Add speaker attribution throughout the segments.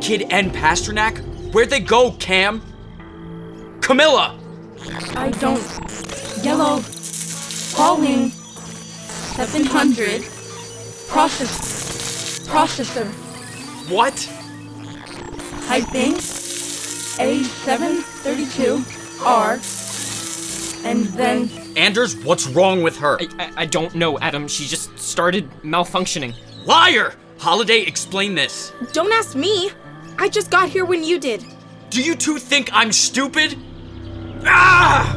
Speaker 1: kid and Pasternak? Where'd they go, Cam? Camilla!
Speaker 2: I don't. Yellow. Calling. 700. Process. Processor.
Speaker 1: What?
Speaker 2: I think A732R. And then
Speaker 1: Anders, what's wrong with her?
Speaker 3: I, I, I don't know, Adam. She just started malfunctioning.
Speaker 1: Liar! Holiday, explain this.
Speaker 4: Don't ask me. I just got here when you did.
Speaker 1: Do you two think I'm stupid? Ah!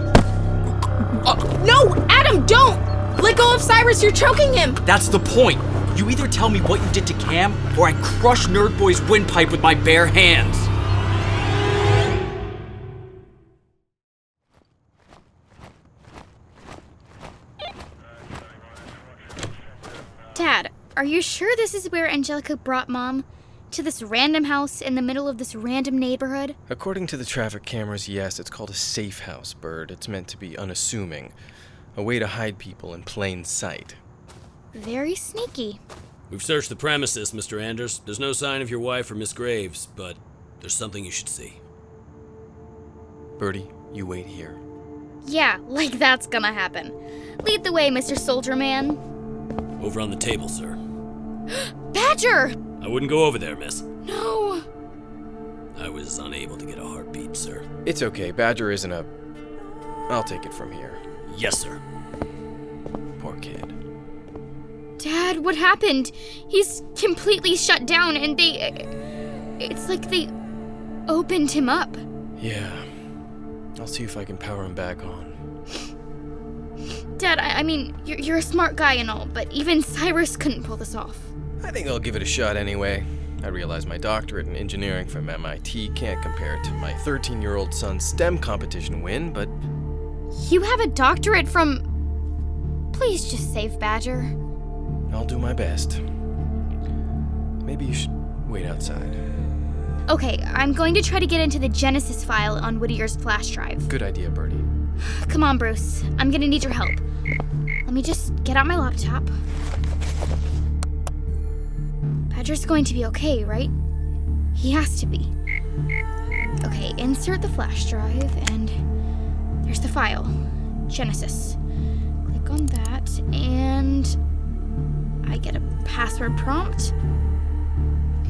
Speaker 4: Uh, No, Adam, don't! Let go of Cyrus, you're choking him!
Speaker 1: That's the point. You either tell me what you did to Cam, or I crush Nerd Boy's windpipe with my bare hands.
Speaker 5: Dad, are you sure this is where Angelica brought Mom? To this random house in the middle of this random neighborhood?
Speaker 6: According to the traffic cameras, yes, it's called a safe house, Bird. It's meant to be unassuming, a way to hide people in plain sight.
Speaker 5: Very sneaky.
Speaker 7: We've searched the premises, Mr. Anders. There's no sign of your wife or Miss Graves, but there's something you should see.
Speaker 6: Birdie, you wait here.
Speaker 5: Yeah, like that's gonna happen. Lead the way, Mr. Soldier Man.
Speaker 7: Over on the table, sir.
Speaker 5: Badger!
Speaker 7: I wouldn't go over there, miss.
Speaker 5: No!
Speaker 7: I was unable to get a heartbeat, sir.
Speaker 6: It's okay, Badger isn't up. I'll take it from here.
Speaker 7: Yes, sir.
Speaker 6: Poor kid.
Speaker 5: Dad, what happened? He's completely shut down and they. It's like they opened him up.
Speaker 6: Yeah. I'll see if I can power him back on.
Speaker 5: Dad, I, I mean, you're, you're a smart guy and all, but even Cyrus couldn't pull this off.
Speaker 6: I think I'll give it a shot anyway. I realize my doctorate in engineering from MIT can't compare to my 13 year old son's STEM competition win, but
Speaker 5: You have a doctorate from. Please just save Badger.
Speaker 6: I'll do my best. Maybe you should wait outside.
Speaker 5: Okay, I'm going to try to get into the Genesis file on Whittier's flash drive.
Speaker 6: Good idea, Birdie.
Speaker 5: Come on, Bruce. I'm gonna need your help. Let me just get out my laptop. Badger's going to be okay, right? He has to be. Okay, insert the flash drive, and there's the file Genesis. Click on that, and I get a password prompt.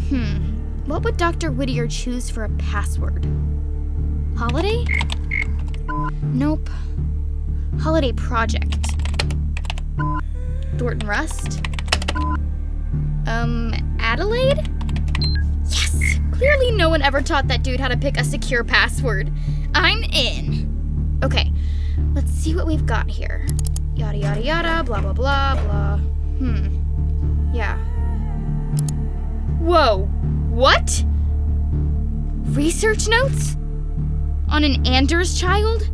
Speaker 5: Hmm, what would Dr. Whittier choose for a password? Holiday? Nope. Holiday project. Thornton Rust. Um, Adelaide? Yes! Clearly, no one ever taught that dude how to pick a secure password. I'm in. Okay, let's see what we've got here. Yada yada yada, blah blah blah blah. Hmm. Yeah. Whoa! What? Research notes? On an Anders child?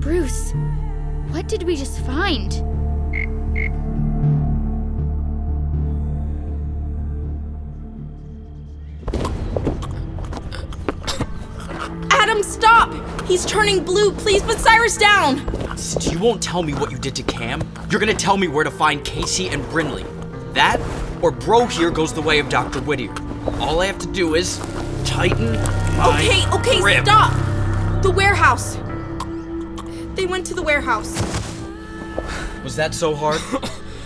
Speaker 5: Bruce, what did we just find?
Speaker 4: Adam, stop! He's turning blue. Please put Cyrus down!
Speaker 1: Since you won't tell me what you did to Cam, you're gonna tell me where to find Casey and Brinley. That, or bro here goes the way of Dr. Whittier. All I have to do is tighten my
Speaker 4: Okay, okay,
Speaker 1: grip.
Speaker 4: stop! The warehouse. They went to the warehouse.
Speaker 1: Was that so hard?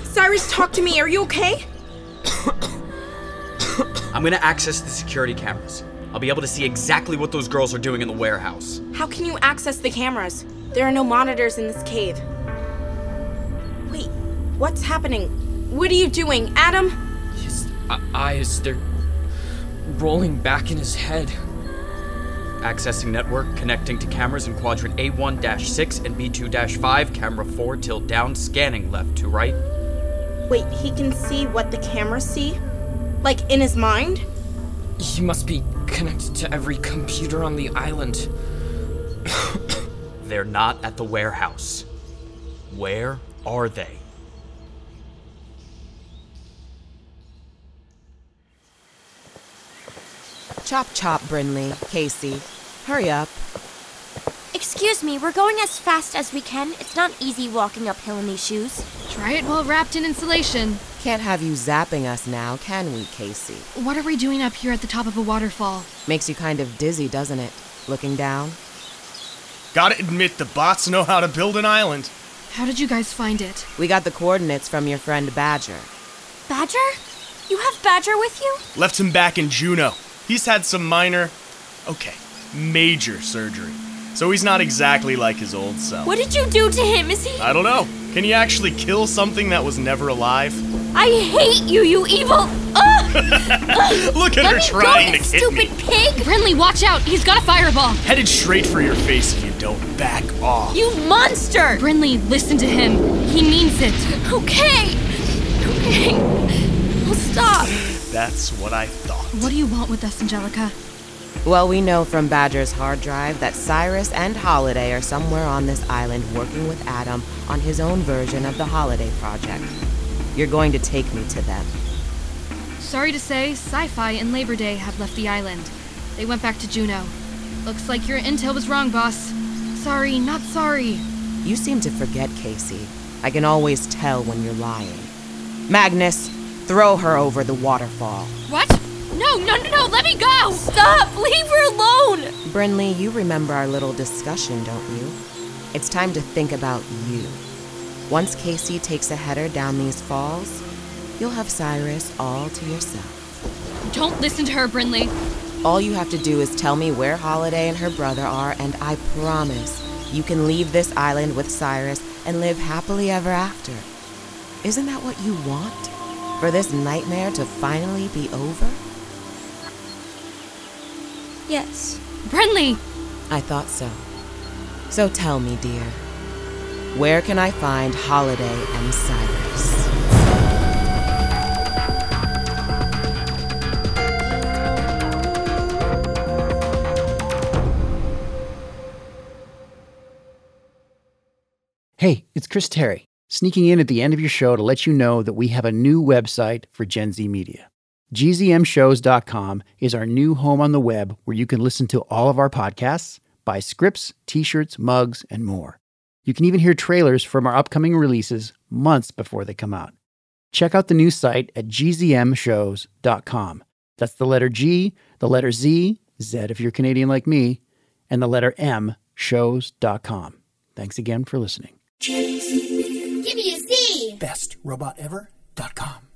Speaker 4: Cyrus, talk to me. Are you okay?
Speaker 1: I'm gonna access the security cameras. I'll be able to see exactly what those girls are doing in the warehouse.
Speaker 4: How can you access the cameras? There are no monitors in this cave. Wait, what's happening? What are you doing, Adam?
Speaker 3: His e- eyes, they're rolling back in his head.
Speaker 1: Accessing network, connecting to cameras in quadrant A1 6 and B2 5, camera 4 tilt down, scanning left to right.
Speaker 4: Wait, he can see what the cameras see? Like in his mind?
Speaker 3: He must be connected to every computer on the island.
Speaker 1: They're not at the warehouse. Where are they?
Speaker 8: Chop chop, Brinley, Casey. Hurry up.
Speaker 9: Excuse me, we're going as fast as we can. It's not easy walking uphill in these shoes.
Speaker 10: Try it while wrapped in insulation.
Speaker 8: can't have you zapping us now, can we, Casey?
Speaker 10: What are we doing up here at the top of a waterfall?
Speaker 8: Makes you kind of dizzy, doesn't it? Looking down?
Speaker 11: Gotta admit, the bots know how to build an island.
Speaker 10: How did you guys find it?
Speaker 8: We got the coordinates from your friend Badger.
Speaker 9: Badger? You have Badger with you?
Speaker 11: Left him back in Juneau. He's had some minor, okay, major surgery. So he's not exactly like his old self.
Speaker 9: What did you do to him? Is he.
Speaker 11: I don't know. Can he actually kill something that was never alive?
Speaker 9: I hate you, you evil.
Speaker 11: Look at
Speaker 10: Let
Speaker 11: her
Speaker 10: me go,
Speaker 11: trying
Speaker 10: you
Speaker 11: to hit me.
Speaker 9: pig!
Speaker 10: Brinley, watch out! He's got a fireball!
Speaker 11: Headed straight for your face if you don't back off.
Speaker 9: You monster!
Speaker 10: Brinley, listen to him. He means it.
Speaker 9: Okay! Okay. Well, stop.
Speaker 11: That's what I thought.
Speaker 10: What do you want with us, Angelica?
Speaker 8: Well, we know from Badger's hard drive that Cyrus and Holiday are somewhere on this island working with Adam on his own version of the Holiday Project. You're going to take me to them.
Speaker 10: Sorry to say, Sci Fi and Labor Day have left the island. They went back to Juno. Looks like your intel was wrong, boss. Sorry, not sorry.
Speaker 8: You seem to forget, Casey. I can always tell when you're lying. Magnus, throw her over the waterfall.
Speaker 10: What? No, no, no, no, let me go!
Speaker 9: Stop! Leave her alone!
Speaker 8: Brinley, you remember our little discussion, don't you? It's time to think about you. Once Casey takes a header down these falls, you'll have Cyrus all to yourself.
Speaker 10: Don't listen to her, Brinley.
Speaker 8: All you have to do is tell me where Holiday and her brother are, and I promise you can leave this island with Cyrus and live happily ever after. Isn't that what you want? For this nightmare to finally be over?
Speaker 9: Yes.
Speaker 10: Brinley!
Speaker 8: I thought so. So tell me, dear, where can I find Holiday and Cyrus?
Speaker 12: Hey, it's Chris Terry, sneaking in at the end of your show to let you know that we have a new website for Gen Z Media. GZMshows.com is our new home on the web where you can listen to all of our podcasts, buy scripts, t shirts, mugs, and more. You can even hear trailers from our upcoming releases months before they come out. Check out the new site at GZMshows.com. That's the letter G, the letter Z, Z if you're Canadian like me, and the letter M, shows.com. Thanks again for listening.
Speaker 13: Give me a Z.
Speaker 14: bestrobot ever.com.